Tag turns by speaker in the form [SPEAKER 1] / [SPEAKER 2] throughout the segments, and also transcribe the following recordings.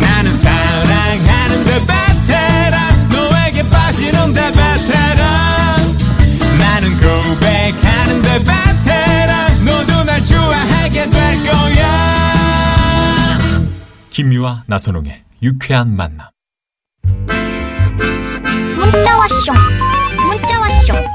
[SPEAKER 1] 나는 사랑하는데 베테랑 너에게 빠지는데 베테랑 나는 고백하는데 베테랑 너도 날 좋아하게 될 거야
[SPEAKER 2] 김미화 나선홍의 유쾌한 만남.
[SPEAKER 3] 문자 왔쇼 문자 왔쇼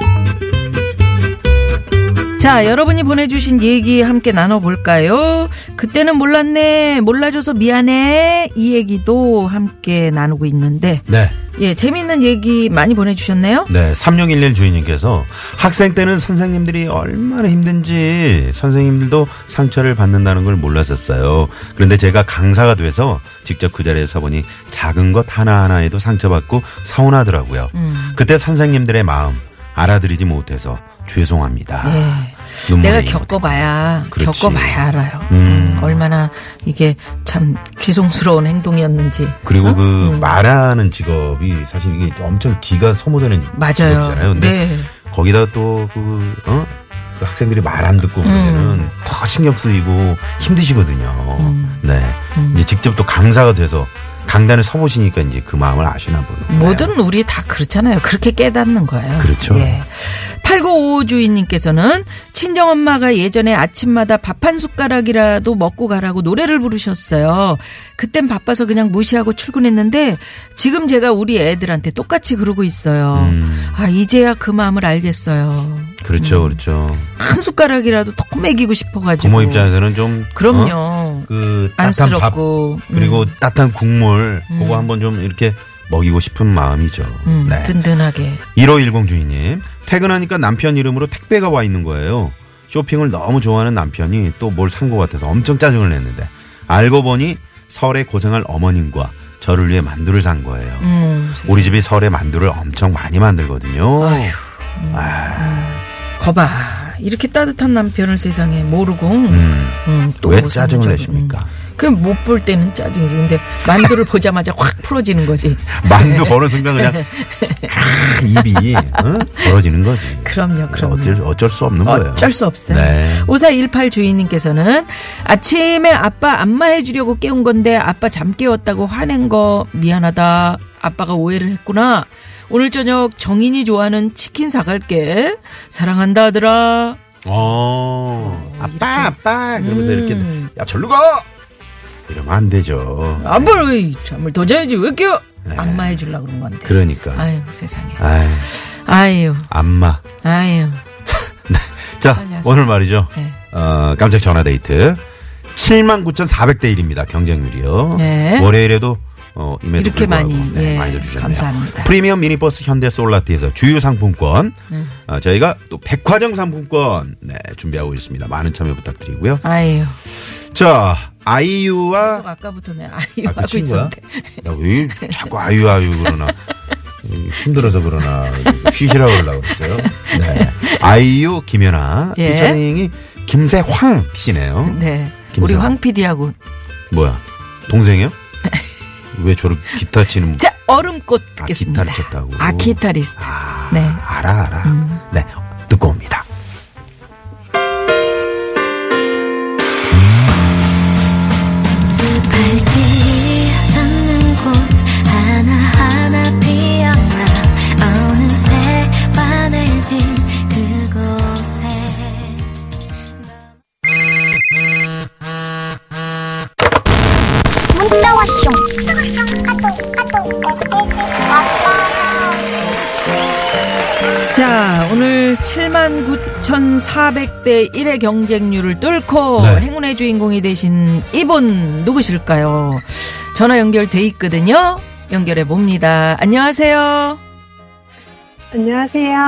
[SPEAKER 4] 자, 여러분이 보내주신 얘기 함께 나눠볼까요? 그때는 몰랐네, 몰라줘서 미안해. 이 얘기도 함께 나누고 있는데.
[SPEAKER 5] 네.
[SPEAKER 4] 예, 재미있는 얘기 많이 보내주셨네요?
[SPEAKER 5] 네. 3611 주인님께서 학생 때는 선생님들이 얼마나 힘든지 선생님들도 상처를 받는다는 걸 몰랐었어요. 그런데 제가 강사가 돼서 직접 그 자리에 서보니 작은 것 하나하나에도 상처받고 서운하더라고요.
[SPEAKER 4] 음.
[SPEAKER 5] 그때 선생님들의 마음 알아들이지 못해서 죄송합니다. 눈물이
[SPEAKER 4] 네. 내가
[SPEAKER 5] 어디-
[SPEAKER 4] 겪어봐야,
[SPEAKER 5] 그렇지.
[SPEAKER 4] 겪어봐야 알아요.
[SPEAKER 5] 음.
[SPEAKER 4] 음, 얼마나 이게 참 죄송스러운 행동이었는지.
[SPEAKER 5] 그리고 그
[SPEAKER 4] 음.
[SPEAKER 5] 말하는 직업이 사실 이게 엄청 기가 소모되는
[SPEAKER 4] 맞아요.
[SPEAKER 5] 직업이잖아요. 근데
[SPEAKER 4] 네.
[SPEAKER 5] 거기다 또그 어? 그 학생들이 말 안 듣고
[SPEAKER 4] 음.
[SPEAKER 5] 그러면은 더 신경 쓰이고 힘드시거든요. 네.
[SPEAKER 4] 음.
[SPEAKER 5] 이제 직접 또 강사가 돼서 강단에 서 보시니까 이제 그 마음을 아시나 보네요.
[SPEAKER 4] 뭐든 우리 다 그렇잖아요. 그렇게 깨닫는 거예요.
[SPEAKER 5] 그렇죠.
[SPEAKER 4] 예. 8955 주인님께서는 친정엄마가 예전에 아침마다 밥 한 숟가락이라도 먹고 가라고 노래를 부르셨어요. 그땐 바빠서 그냥 무시하고 출근했는데 지금 제가 우리 애들한테 똑같이 그러고 있어요.
[SPEAKER 5] 음.
[SPEAKER 4] 아, 이제야 그 마음을 알겠어요.
[SPEAKER 5] 그렇죠. 그렇죠.
[SPEAKER 4] 한 숟가락이라도 톡 음. 먹이고 싶어가지고.
[SPEAKER 5] 부모 입장에서는 좀
[SPEAKER 4] 뭐 그럼요.
[SPEAKER 5] 어? 그 따뜻한 밥
[SPEAKER 4] 안쓰럽고.
[SPEAKER 5] 그리고
[SPEAKER 4] 음,
[SPEAKER 5] 따뜻한 국물 그거 한번 좀 이렇게 먹이고 싶은 마음이죠.
[SPEAKER 4] 음,
[SPEAKER 5] 네.
[SPEAKER 4] 든든하게.
[SPEAKER 5] 1510 주인님, 퇴근하니까 남편 이름으로 택배가 와 있는 거예요. 쇼핑을 너무 좋아하는 남편이 또 뭘 산 것 같아서 엄청 짜증을 냈는데, 알고 보니 설에 고생할 어머님과 저를 위해 만두를 산 거예요.
[SPEAKER 4] 음,
[SPEAKER 5] 우리 집이 설에 만두를 엄청 많이 만들거든요.
[SPEAKER 4] 아휴,
[SPEAKER 5] 아,
[SPEAKER 4] 거봐. 이렇게 따뜻한 남편을 세상에 모르고.
[SPEAKER 5] 음.
[SPEAKER 4] 음, 또
[SPEAKER 5] 왜
[SPEAKER 4] 뭐
[SPEAKER 5] 짜증을
[SPEAKER 4] 상처를-
[SPEAKER 5] 내십니까?
[SPEAKER 4] 음. 그냥 못 볼 때는 짜증이지. 근데 만두를 보자마자 확 풀어지는 거지.
[SPEAKER 5] 만두 보는 순간 그냥 아, 입이 어? 벌어지는 거지.
[SPEAKER 4] 그럼요, 그럼요.
[SPEAKER 5] 어쩔, 어쩔 수 없는 거예요.
[SPEAKER 4] 어쩔 수 없어요.
[SPEAKER 5] 네.
[SPEAKER 4] 5418 주인님께서는 아침에 아빠 안마 해주려고 깨운 건데 아빠 잠 깨웠다고 화낸 거 미안하다. 아빠가 오해를 했구나. 오늘 저녁 정인이 좋아하는 치킨 사갈게. 사랑한다 하더라.
[SPEAKER 5] 어, 아빠, 아빠! 그러면서
[SPEAKER 4] 음.
[SPEAKER 5] 이렇게, 야, 절로 가! 이러면 안 되죠.
[SPEAKER 4] 아빠를 왜 잠을 더 자야지 왜 깨워? 안마 해주려고 그런 건데.
[SPEAKER 5] 네. 그러니까.
[SPEAKER 4] 아유 세상에.
[SPEAKER 5] 아이,
[SPEAKER 4] 아유
[SPEAKER 5] 안마.
[SPEAKER 4] 아유.
[SPEAKER 5] 자,
[SPEAKER 4] 빨리 하세요.
[SPEAKER 5] 오늘 말이죠.
[SPEAKER 4] 네.
[SPEAKER 5] 어, 깜짝 전화 데이트. 79,400대 1입니다. 경쟁률이요.
[SPEAKER 4] 네.
[SPEAKER 5] 월요일에도 어, 임에도
[SPEAKER 4] 이렇게
[SPEAKER 5] 불구하고.
[SPEAKER 4] 많이,
[SPEAKER 5] 네,
[SPEAKER 4] 예,
[SPEAKER 5] 많이 주셨네요.
[SPEAKER 4] 감사합니다.
[SPEAKER 5] 프리미엄 미니버스 현대 솔라티에서 주유 상품권.
[SPEAKER 4] 네.
[SPEAKER 5] 어, 저희가 또 백화점 상품권 네, 준비하고 있습니다. 많은 참여 부탁드리고요.
[SPEAKER 4] 아유.
[SPEAKER 5] 자,
[SPEAKER 4] 계속
[SPEAKER 5] 아이유와
[SPEAKER 4] 아까부터 내 아이유
[SPEAKER 5] 아, 그
[SPEAKER 4] 하고
[SPEAKER 5] 친구야?
[SPEAKER 4] 있었는데.
[SPEAKER 5] 나 왜 자꾸 아유 아유 그러나 이, 힘들어서 그러나 쉬시라고 그러려고 그랬어요. 네. 아이유 김연아
[SPEAKER 4] 예.
[SPEAKER 5] 피처링이 김세황 씨네요.
[SPEAKER 4] 네.
[SPEAKER 5] 김세환.
[SPEAKER 4] 우리 황 PD하고
[SPEAKER 5] 뭐야 동생이요? 왜 저렇게 기타 치는
[SPEAKER 4] 자 얼음꽃
[SPEAKER 5] 아,
[SPEAKER 4] 듣겠습니다.
[SPEAKER 5] 기타를 쳤다고.
[SPEAKER 4] 아 기타리스트.
[SPEAKER 5] 아,
[SPEAKER 4] 네. 음.
[SPEAKER 5] 알아 알아. 네 듣고 옵니다.
[SPEAKER 6] 발길 닿는 곳 하나하나 피어나 어느새 환해진 그곳에
[SPEAKER 3] 문자 왔쇼
[SPEAKER 4] 자 오늘 7만 9,400대 1의 경쟁률을 뚫고
[SPEAKER 5] 네.
[SPEAKER 4] 행운의 주인공이 되신 이분 누구실까요? 전화 연결돼 있거든요. 연결해 봅니다. 안녕하세요.
[SPEAKER 7] 안녕하세요.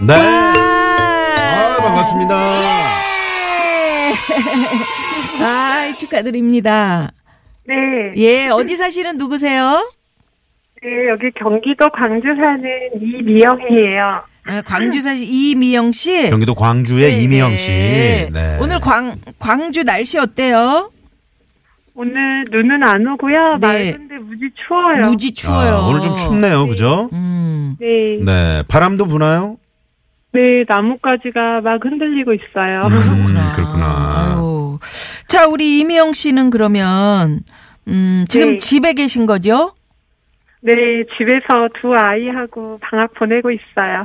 [SPEAKER 5] 네. 아 반갑습니다.
[SPEAKER 4] 네. 아 축하드립니다.
[SPEAKER 7] 네.
[SPEAKER 4] 예 어디 사시는 누구세요?
[SPEAKER 7] 네, 여기 경기도 광주 사는 이미영이에요.
[SPEAKER 4] 아, 광주 사실 이미영 씨.
[SPEAKER 5] 경기도 광주의
[SPEAKER 4] 네,
[SPEAKER 5] 이미영 씨.
[SPEAKER 4] 네.
[SPEAKER 5] 네.
[SPEAKER 4] 오늘 광 광주 날씨 어때요?
[SPEAKER 7] 오늘 눈은 안 오고요.
[SPEAKER 4] 네.
[SPEAKER 7] 맑은데 무지 추워요.
[SPEAKER 4] 무지 추워요.
[SPEAKER 5] 아, 오늘 좀 춥네요, 그죠?
[SPEAKER 4] 음.
[SPEAKER 7] 네. 네.
[SPEAKER 5] 네. 바람도 부나요?
[SPEAKER 7] 나뭇가지가 막 흔들리고 있어요.
[SPEAKER 5] 음, 그렇구나.
[SPEAKER 4] 아유. 자, 우리 이미영 씨는 그러면 음, 지금
[SPEAKER 7] 네.
[SPEAKER 4] 집에 계신 거죠?
[SPEAKER 7] 네, 집에서 두 아이하고 방학 보내고 있어요.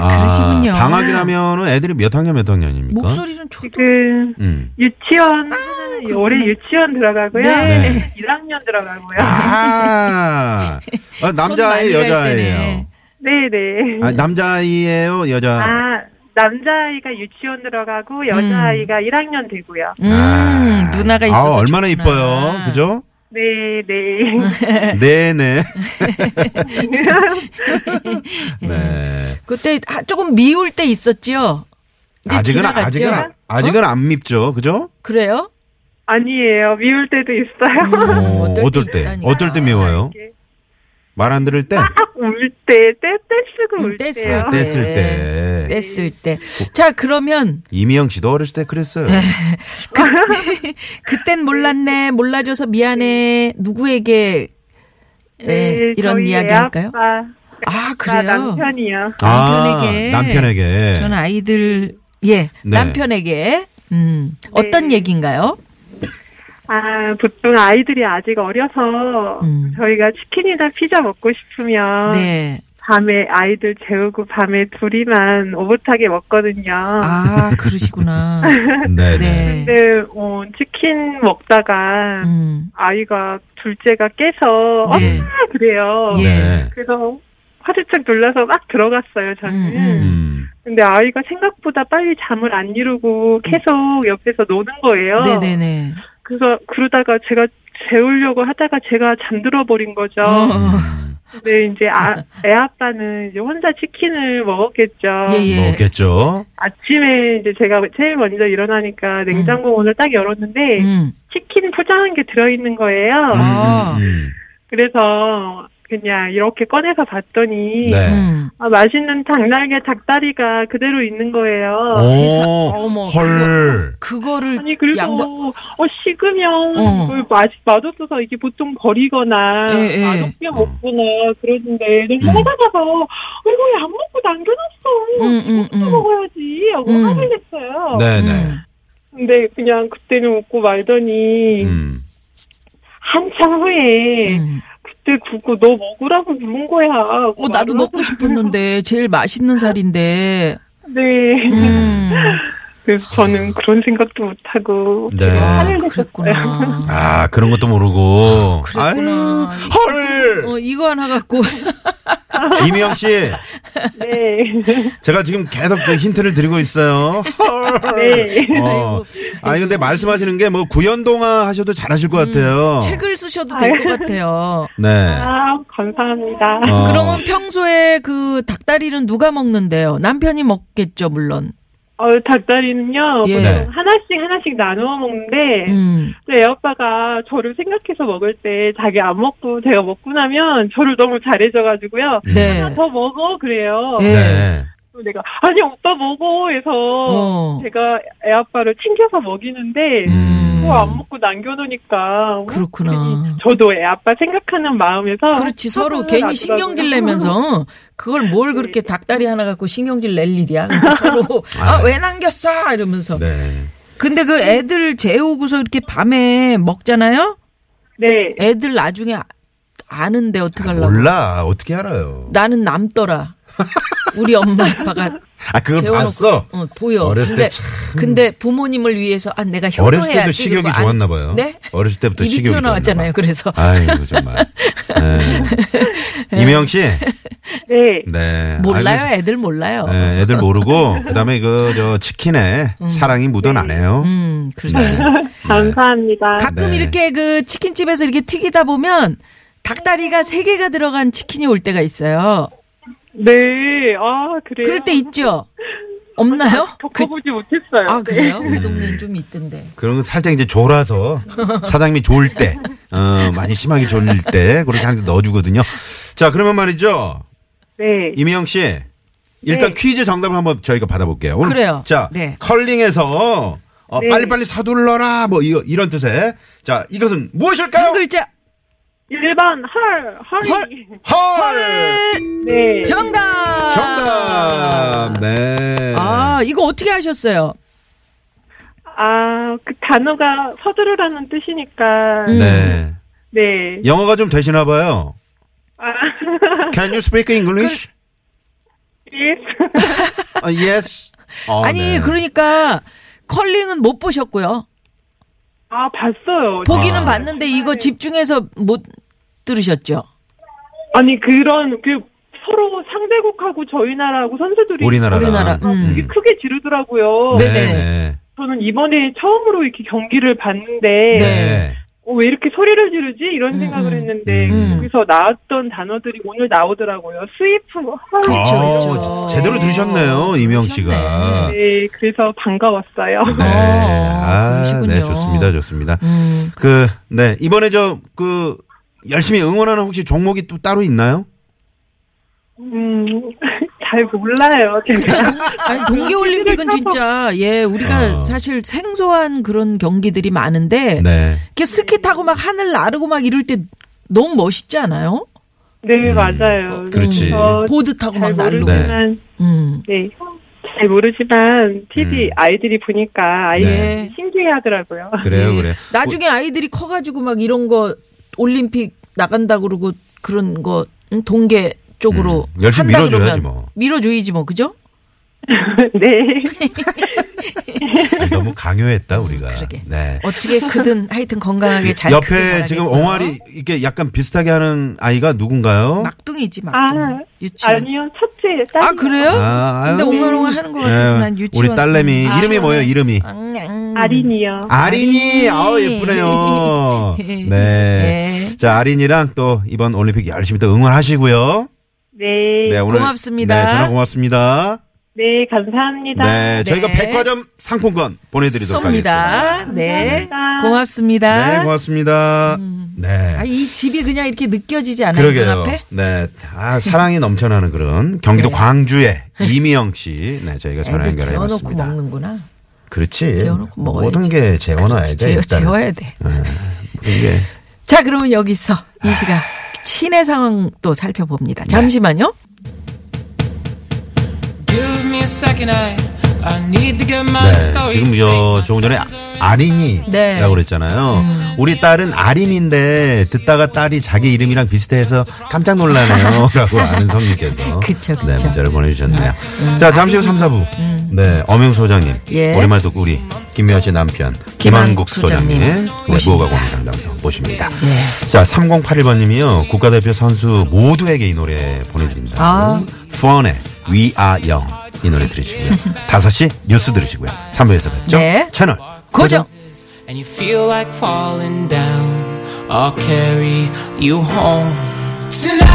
[SPEAKER 4] 아, 그러시군요.
[SPEAKER 5] 방학이라면은 애들이 몇 학년 몇 학년입니까?
[SPEAKER 4] 목소리는 저도
[SPEAKER 7] 지금
[SPEAKER 5] 음.
[SPEAKER 7] 유치원 하나는 올해 유치원 들어가고요.
[SPEAKER 4] 네.
[SPEAKER 5] 네.
[SPEAKER 7] 1학년 들어가고요.
[SPEAKER 5] 아, 아 남자아이
[SPEAKER 4] 손 많이 갈
[SPEAKER 5] 여자아이예요.
[SPEAKER 4] 때네.
[SPEAKER 7] 네, 네.
[SPEAKER 5] 아, 남자아이예요, 여자.
[SPEAKER 7] 아, 남자아이가 유치원 들어가고 여자아이가 1학년 되고요.
[SPEAKER 4] 음,
[SPEAKER 5] 아.
[SPEAKER 4] 누나가
[SPEAKER 5] 아,
[SPEAKER 4] 있어서
[SPEAKER 5] 얼마나
[SPEAKER 4] 좋구나.
[SPEAKER 5] 이뻐요, 그죠?
[SPEAKER 7] 네, 네.
[SPEAKER 5] 네네. 네.
[SPEAKER 4] 그때 아, 조금 미울 때 있었지요. 이제
[SPEAKER 5] 아직은
[SPEAKER 4] 지나갔죠?
[SPEAKER 5] 아직은 안- 아직은 안 밉죠, 그죠?
[SPEAKER 4] 그래요?
[SPEAKER 7] 아니에요. 미울 때도 있어요.
[SPEAKER 5] 어,
[SPEAKER 4] 어떨
[SPEAKER 5] 어떨
[SPEAKER 4] 때
[SPEAKER 5] 때
[SPEAKER 4] 음, 있다니까. 아,
[SPEAKER 5] 어떨 때 미워요? 말 안 들을 때,
[SPEAKER 7] 울 때, 떼, 떼쓰고 울
[SPEAKER 4] 뗐을
[SPEAKER 7] 때요.
[SPEAKER 5] 아, 뗐을 때.
[SPEAKER 4] 네. 뗐을 때.
[SPEAKER 5] 어.
[SPEAKER 4] 자, 그러면
[SPEAKER 5] 이미영 씨도 어렸을 때 그랬어요.
[SPEAKER 4] 아, 그땐 몰랐네. 몰라줘서 미안해. 누구에게 에, 네, 이런
[SPEAKER 7] 네, 저희
[SPEAKER 4] 이야기 할까요?
[SPEAKER 7] 아빠,
[SPEAKER 4] 아,
[SPEAKER 7] 나
[SPEAKER 4] 그래요?
[SPEAKER 7] 남편이요.
[SPEAKER 4] 남편에게.
[SPEAKER 5] 아, 남편에게.
[SPEAKER 4] 저는 아이들, 예,
[SPEAKER 5] 네.
[SPEAKER 4] 남편에게. 음, 어떤
[SPEAKER 7] 네.
[SPEAKER 4] 얘기인가요?
[SPEAKER 7] 아, 보통 아이들이 아직 어려서
[SPEAKER 4] 음.
[SPEAKER 7] 저희가 치킨이나 피자 먹고 싶으면
[SPEAKER 4] 네.
[SPEAKER 7] 밤에 아이들 재우고 밤에 둘이만 오붓하게 먹거든요.
[SPEAKER 4] 아, 그러시구나.
[SPEAKER 5] 네네.
[SPEAKER 4] 네.
[SPEAKER 7] 근데 어, 치킨 먹다가
[SPEAKER 4] 음,
[SPEAKER 7] 아이가 둘째가 깨서
[SPEAKER 4] 네.
[SPEAKER 7] 엄마 그래요.
[SPEAKER 4] 예.
[SPEAKER 5] 네.
[SPEAKER 7] 그래서 화들짝 놀라서 막 들어갔어요. 저는.
[SPEAKER 4] 음, 음.
[SPEAKER 5] 음.
[SPEAKER 7] 근데 아이가 생각보다 빨리 잠을 안 이루고 계속 옆에서 노는 거예요.
[SPEAKER 4] 네네네.
[SPEAKER 7] 그래서 그러다가 제가 재우려고 하다가 제가 잠들어 버린 거죠.
[SPEAKER 5] 음.
[SPEAKER 7] 근데 이제 아, 애 아빠는 이제 혼자 치킨을 먹었겠죠.
[SPEAKER 4] 예,
[SPEAKER 5] 뭐
[SPEAKER 4] 예.
[SPEAKER 5] 먹겠죠.
[SPEAKER 7] 아침에 이제 제가 제일 먼저 일어나니까 냉장고 문을 딱 열었는데
[SPEAKER 4] 음.
[SPEAKER 7] 치킨 포장한 게 들어있는 거예요.
[SPEAKER 4] 아.
[SPEAKER 5] 음, 음,
[SPEAKER 7] 그래서 그냥 이렇게 꺼내서
[SPEAKER 5] 음.
[SPEAKER 7] 봤더니
[SPEAKER 5] 네.
[SPEAKER 4] 음.
[SPEAKER 7] 아, 맛있는 닭날개 닭다리가 그대로 있는 거예요.
[SPEAKER 4] 아, 세상-
[SPEAKER 5] 오,
[SPEAKER 4] 어머,
[SPEAKER 5] 헐.
[SPEAKER 4] 그거를
[SPEAKER 7] 아니 그리고
[SPEAKER 4] 양보-
[SPEAKER 7] 어 식으면
[SPEAKER 4] 어.
[SPEAKER 7] 그걸 맛 맛없어서 이게 보통 버리거나
[SPEAKER 4] 예, 음. 예.
[SPEAKER 7] 맛없게 먹거나 그러는데 너무 먹다가서 아이고 안 먹고 남겨놨어
[SPEAKER 4] 음, 음, 음.
[SPEAKER 7] 또 먹어야지 하고
[SPEAKER 4] 음.
[SPEAKER 7] 화를 냈어요.
[SPEAKER 5] 네네.
[SPEAKER 4] 음.
[SPEAKER 7] 근데 그냥 그때는 웃고 말더니
[SPEAKER 5] 음.
[SPEAKER 7] 한참 후에
[SPEAKER 4] 음.
[SPEAKER 7] 그때 그거 너 먹으라고 누른 거야. 하고
[SPEAKER 4] 어, 나도
[SPEAKER 7] 말을
[SPEAKER 4] 먹고
[SPEAKER 7] 하더라고요.
[SPEAKER 4] 싶었는데, 제일 맛있는 살인데.
[SPEAKER 7] 네.
[SPEAKER 4] 음.
[SPEAKER 7] 그래서 저는 그런 생각도 못하고
[SPEAKER 5] 네.
[SPEAKER 4] 아, 그랬구나.
[SPEAKER 5] 아, 그런 것도 모르고.
[SPEAKER 4] 그랬구나.
[SPEAKER 5] 아유, 헐!
[SPEAKER 4] 어, 이거 하나 갖고. 어,
[SPEAKER 5] 이미영 씨,
[SPEAKER 7] 네.
[SPEAKER 5] 제가 지금 계속 그 힌트를 드리고 있어요. 헐!
[SPEAKER 7] 네.
[SPEAKER 5] 어. 아니, 근데 말씀하시는 게 뭐 구연동화 하셔도 잘하실 것 같아요.
[SPEAKER 4] 책을 쓰셔도 될 것 음. 같아요.
[SPEAKER 5] 네.
[SPEAKER 7] 아, 감사합니다.
[SPEAKER 5] 어.
[SPEAKER 4] 그러면 평소에 그 닭다리는 누가 먹는데요? 남편이 먹겠죠, 물론.
[SPEAKER 7] 어, 닭다리는요,
[SPEAKER 4] 예.
[SPEAKER 7] 보통
[SPEAKER 5] 네.
[SPEAKER 7] 하나씩 하나씩 나누어 먹는데,
[SPEAKER 4] 음.
[SPEAKER 7] 근데 애아빠가 저를 생각해서 먹을 때 자기 안 먹고 제가 먹고 나면 저를 너무 잘해줘가지고요.
[SPEAKER 4] 네.
[SPEAKER 5] 음.
[SPEAKER 7] 하나 더 먹어, 그래요.
[SPEAKER 4] 예.
[SPEAKER 5] 네.
[SPEAKER 7] 그럼 내가, 아니, 오빠 먹어, 해서
[SPEAKER 4] 어.
[SPEAKER 7] 제가 애아빠를 챙겨서 먹이는데,
[SPEAKER 5] 음.
[SPEAKER 7] 또 안 먹고 남겨놓으니까.
[SPEAKER 4] 그렇구나.
[SPEAKER 7] 괜히 저도 애아빠 생각하는 마음에서.
[SPEAKER 4] 그렇지 서로
[SPEAKER 7] 화가
[SPEAKER 4] 괜히
[SPEAKER 7] 나더라고요.
[SPEAKER 4] 신경질 내면서 그걸 뭘 그렇게 닭다리 하나 갖고 신경질 낼 일이야 그러니까 서로 아 왜 남겼어 이러면서
[SPEAKER 5] 네.
[SPEAKER 4] 근데 그 애들 재우고서 이렇게 밤에 먹잖아요
[SPEAKER 7] 네.
[SPEAKER 4] 애들 나중에 아- 아는데 어떡하려고
[SPEAKER 5] 몰라. 어떻게 알아요?
[SPEAKER 4] 나는 남더라 우리 엄마 아빠가
[SPEAKER 5] 아, 그걸
[SPEAKER 4] 재워놓고,
[SPEAKER 5] 봤어?
[SPEAKER 4] 어, 보여
[SPEAKER 5] 어렸을
[SPEAKER 4] 근데
[SPEAKER 5] 때 참.
[SPEAKER 4] 근데 부모님을 위해서 아 내가 효도해야지
[SPEAKER 5] 어렸을 때도 식욕이
[SPEAKER 4] 그리고 안-
[SPEAKER 5] 좋았나 봐요.
[SPEAKER 4] 네
[SPEAKER 5] 어렸을 때부터
[SPEAKER 4] 입이
[SPEAKER 5] 식욕이
[SPEAKER 4] 튀어나왔잖아요
[SPEAKER 5] 좋았나 봐요.
[SPEAKER 4] 그래서
[SPEAKER 5] 아이고 정말. 네. 이명 씨.
[SPEAKER 7] 네.
[SPEAKER 4] 음.
[SPEAKER 5] 네.
[SPEAKER 4] 몰라요
[SPEAKER 5] 알고 있-
[SPEAKER 4] 애들 몰라요
[SPEAKER 5] 네, 애들 모르고 그다음에 그 저 치킨에 사랑이 묻어나네요.
[SPEAKER 4] 음 그렇지
[SPEAKER 7] 감사합니다.
[SPEAKER 4] 가끔
[SPEAKER 5] 네.
[SPEAKER 4] 이렇게 그 치킨집에서 이렇게 튀기다 보면 닭다리가 세개가 들어간 치킨이 올 때가 있어요.
[SPEAKER 7] 네. 아, 그래요.
[SPEAKER 4] 그럴 때 있죠? 없나요? 그-
[SPEAKER 7] 겪어보지 못했어요.
[SPEAKER 4] 아, 그래요? 우리
[SPEAKER 5] 음.
[SPEAKER 4] 동네엔 좀 있던데.
[SPEAKER 5] 그런 거 살짝 이제 졸아서 사장님이 졸 때, 어, 많이 심하게 졸릴 때 그렇게 항상 넣어주거든요. 자, 그러면 말이죠.
[SPEAKER 7] 네.
[SPEAKER 5] 이명 씨. 일단
[SPEAKER 7] 네.
[SPEAKER 5] 퀴즈 정답을 한번 저희가 받아볼게요. 오늘
[SPEAKER 4] 그래요.
[SPEAKER 5] 자,
[SPEAKER 4] 네.
[SPEAKER 5] 컬링에서 어,
[SPEAKER 7] 네.
[SPEAKER 5] 빨리빨리 서둘러라 뭐 이, 이런 뜻의 자 이것은 무엇일까요?
[SPEAKER 4] 한 글자
[SPEAKER 7] 1번 헐, 헐이.
[SPEAKER 4] 헐.
[SPEAKER 5] 헐
[SPEAKER 7] 네.
[SPEAKER 4] 정답.
[SPEAKER 5] 정답 네.
[SPEAKER 4] 아 이거 어떻게 하셨어요?
[SPEAKER 7] 아, 그 단어가 서두르라는 뜻이니까.
[SPEAKER 4] 음.
[SPEAKER 5] 네.
[SPEAKER 7] 네.
[SPEAKER 5] 영어가 좀 되시나 봐요.
[SPEAKER 7] 아,
[SPEAKER 5] Can you speak English?
[SPEAKER 7] 예. yes.
[SPEAKER 5] 아, yes. 어,
[SPEAKER 4] 그 아니
[SPEAKER 5] 네.
[SPEAKER 4] 그러니까 컬링은 못 보셨고요.
[SPEAKER 7] 아, 봤어요.
[SPEAKER 4] 보기는
[SPEAKER 5] 아.
[SPEAKER 4] 봤는데 이거 집중해서 못 들으셨죠.
[SPEAKER 7] 아니, 그런, 그, 서로 상대국하고 저희 나라하고 선수들이.
[SPEAKER 5] 우리나라랑.
[SPEAKER 4] 우리나라. 음.
[SPEAKER 7] 되게 크게 지르더라고요.
[SPEAKER 4] 네.
[SPEAKER 5] 네네.
[SPEAKER 7] 저는 이번에 처음으로 이렇게 경기를 봤는데.
[SPEAKER 5] 네.
[SPEAKER 7] 어, 왜 이렇게 소리를 지르지? 이런 생각을 했는데,
[SPEAKER 5] 음.
[SPEAKER 7] 거기서 나왔던 단어들이 오늘 나오더라고요. 스위프, 헐.
[SPEAKER 4] 그렇죠,
[SPEAKER 5] 어,
[SPEAKER 4] 그렇죠. 어,
[SPEAKER 5] 제대로 들으셨네요, 이명 씨가. 네.
[SPEAKER 7] 네, 그래서 반가웠어요.
[SPEAKER 4] 아,
[SPEAKER 5] 아,
[SPEAKER 4] 그러시군요.
[SPEAKER 5] 네, 좋습니다, 좋습니다.
[SPEAKER 4] 음.
[SPEAKER 5] 그, 네, 이번에 저, 그, 열심히 응원하는 혹시 종목이 또 따로 있나요?
[SPEAKER 7] 음, 잘 몰라요, 제가.
[SPEAKER 4] 아니 동계올림픽은 진짜 예 우리가
[SPEAKER 5] 어.
[SPEAKER 4] 사실 생소한 그런 경기들이 많은데
[SPEAKER 5] 네.
[SPEAKER 4] 이렇게 스키 타고 막 하늘 나르고 막 이럴 때 너무 멋있지 않아요?
[SPEAKER 7] 네, 맞아요.
[SPEAKER 5] 음, 어,
[SPEAKER 7] 음,
[SPEAKER 5] 그렇지.
[SPEAKER 7] 저
[SPEAKER 4] 보드 타고
[SPEAKER 7] 잘
[SPEAKER 4] 막 날르고.
[SPEAKER 5] 모르겠-
[SPEAKER 7] 모르지만,
[SPEAKER 4] 음.
[SPEAKER 7] 네. 잘 모르지만, TV
[SPEAKER 5] 음.
[SPEAKER 7] 아이들이 보니까 아이들이
[SPEAKER 4] 네.
[SPEAKER 7] 신기해 하더라고요.
[SPEAKER 5] 그래요, 뭐
[SPEAKER 4] 예.
[SPEAKER 5] 그래.
[SPEAKER 4] 나중에 아이들이 커가지고 막 이런 거 올림픽 나간다 그러고 그런 거 응? 동계 쪽으로
[SPEAKER 5] 음, 열심히
[SPEAKER 4] 한다
[SPEAKER 5] 밀어줘야지
[SPEAKER 4] 그러면
[SPEAKER 5] 뭐.
[SPEAKER 4] 밀어줘야지 뭐 그죠?
[SPEAKER 5] 그
[SPEAKER 7] 네.
[SPEAKER 5] 너무 강요했다, 우리가.
[SPEAKER 4] 음, 그러게.
[SPEAKER 5] 네.
[SPEAKER 4] 어떻게 그든 하여튼 건강하게 잘 크길
[SPEAKER 5] 예, 옆에
[SPEAKER 4] 바라겠고요.
[SPEAKER 5] 지금 옹알이 이렇게 약간 비슷하게 하는 아이가 누군가요?
[SPEAKER 4] 막둥이지 막둥이
[SPEAKER 7] 아,
[SPEAKER 4] 유치원
[SPEAKER 7] 아니요, 첫째 딸.
[SPEAKER 4] 아 그래요?
[SPEAKER 5] 아, 아유.
[SPEAKER 4] 근데 옹알옹알 하는 것 같아서
[SPEAKER 5] 예,
[SPEAKER 4] 난 유치원
[SPEAKER 5] 우리 딸내미
[SPEAKER 4] 아,
[SPEAKER 5] 이름이 뭐예요? 이름이
[SPEAKER 7] 아린이요.
[SPEAKER 5] 음. 아린이.
[SPEAKER 4] 아린이.
[SPEAKER 5] 아우 예쁘네요. 네.
[SPEAKER 4] 예.
[SPEAKER 5] 자 아린이랑 또 이번 올림픽 열심히 또 응원하시고요.
[SPEAKER 7] 네.
[SPEAKER 5] 네
[SPEAKER 7] 네,
[SPEAKER 5] 오늘
[SPEAKER 4] 예, 고맙습니다.
[SPEAKER 5] 네 전화 고맙습니다.
[SPEAKER 7] 감사합니다.
[SPEAKER 5] 네 저희가
[SPEAKER 4] 네.
[SPEAKER 5] 백화점 상품권 보내드리도록 하겠습니다.
[SPEAKER 4] 쏩니다. 네.
[SPEAKER 7] 감사합니다.
[SPEAKER 4] 고맙습니다.
[SPEAKER 5] 네 고맙습니다. 네.
[SPEAKER 4] 아, 이 집이 그냥 이렇게 느껴지지 않아요?
[SPEAKER 5] 그러게요.
[SPEAKER 4] 눈앞에?
[SPEAKER 5] 네. 아, 사랑이 넘쳐나는 그런 경기도
[SPEAKER 4] 네.
[SPEAKER 5] 광주의 이미영 씨. 네, 저희가 전화
[SPEAKER 4] 애들
[SPEAKER 5] 연결해
[SPEAKER 4] 재워놓고
[SPEAKER 5] 봤습니다.
[SPEAKER 4] 먹는구나.
[SPEAKER 5] 그렇지.
[SPEAKER 4] 재워놓고 먹어야지.
[SPEAKER 5] 모든 게 재워놔야 돼.
[SPEAKER 4] 재워,
[SPEAKER 5] 일단은.
[SPEAKER 4] 재워야 돼.
[SPEAKER 5] 예, 모든 게.
[SPEAKER 4] 자, 그러면 여기서
[SPEAKER 5] 아.
[SPEAKER 4] 이 시간 시내 상황도 살펴봅니다. 잠시만요.
[SPEAKER 5] 네.
[SPEAKER 8] Give me a second, I, I need to get
[SPEAKER 5] 네,
[SPEAKER 8] my story
[SPEAKER 5] 지금 저 조금 전에 아린이라고
[SPEAKER 4] 네. 음.
[SPEAKER 5] 그랬잖아요. 우리 딸은 아린인데 듣다가 딸이 자기 이름이랑 비슷해서 깜짝 놀라네요라고 아는 성님께서
[SPEAKER 4] 그쵸, 그쵸.
[SPEAKER 5] 네, 문자를 보내주셨네요. 자 잠시 후 3, 4부 네 어명 소장님
[SPEAKER 4] 음. 예.
[SPEAKER 5] 오랜만에 듣고 우리 김미아 씨 남편
[SPEAKER 4] 김한국
[SPEAKER 5] 김한국 소장님 의
[SPEAKER 4] 소장님
[SPEAKER 5] 네,
[SPEAKER 4] 모십니다. 예.
[SPEAKER 5] 무허가 공연 상담소 모십니다. 자 3081번님이요 국가대표 선수 모두에게 이 노래 보내드립니다.
[SPEAKER 4] 아.
[SPEAKER 5] 펀의 We Are Young 이 노래 들으시고요. 5시 뉴스 들으시고요. 3부에서 뵙죠.
[SPEAKER 4] 네.
[SPEAKER 5] 채널
[SPEAKER 4] 고정.
[SPEAKER 8] And you feel like falling down. I'll carry you home. Tonight.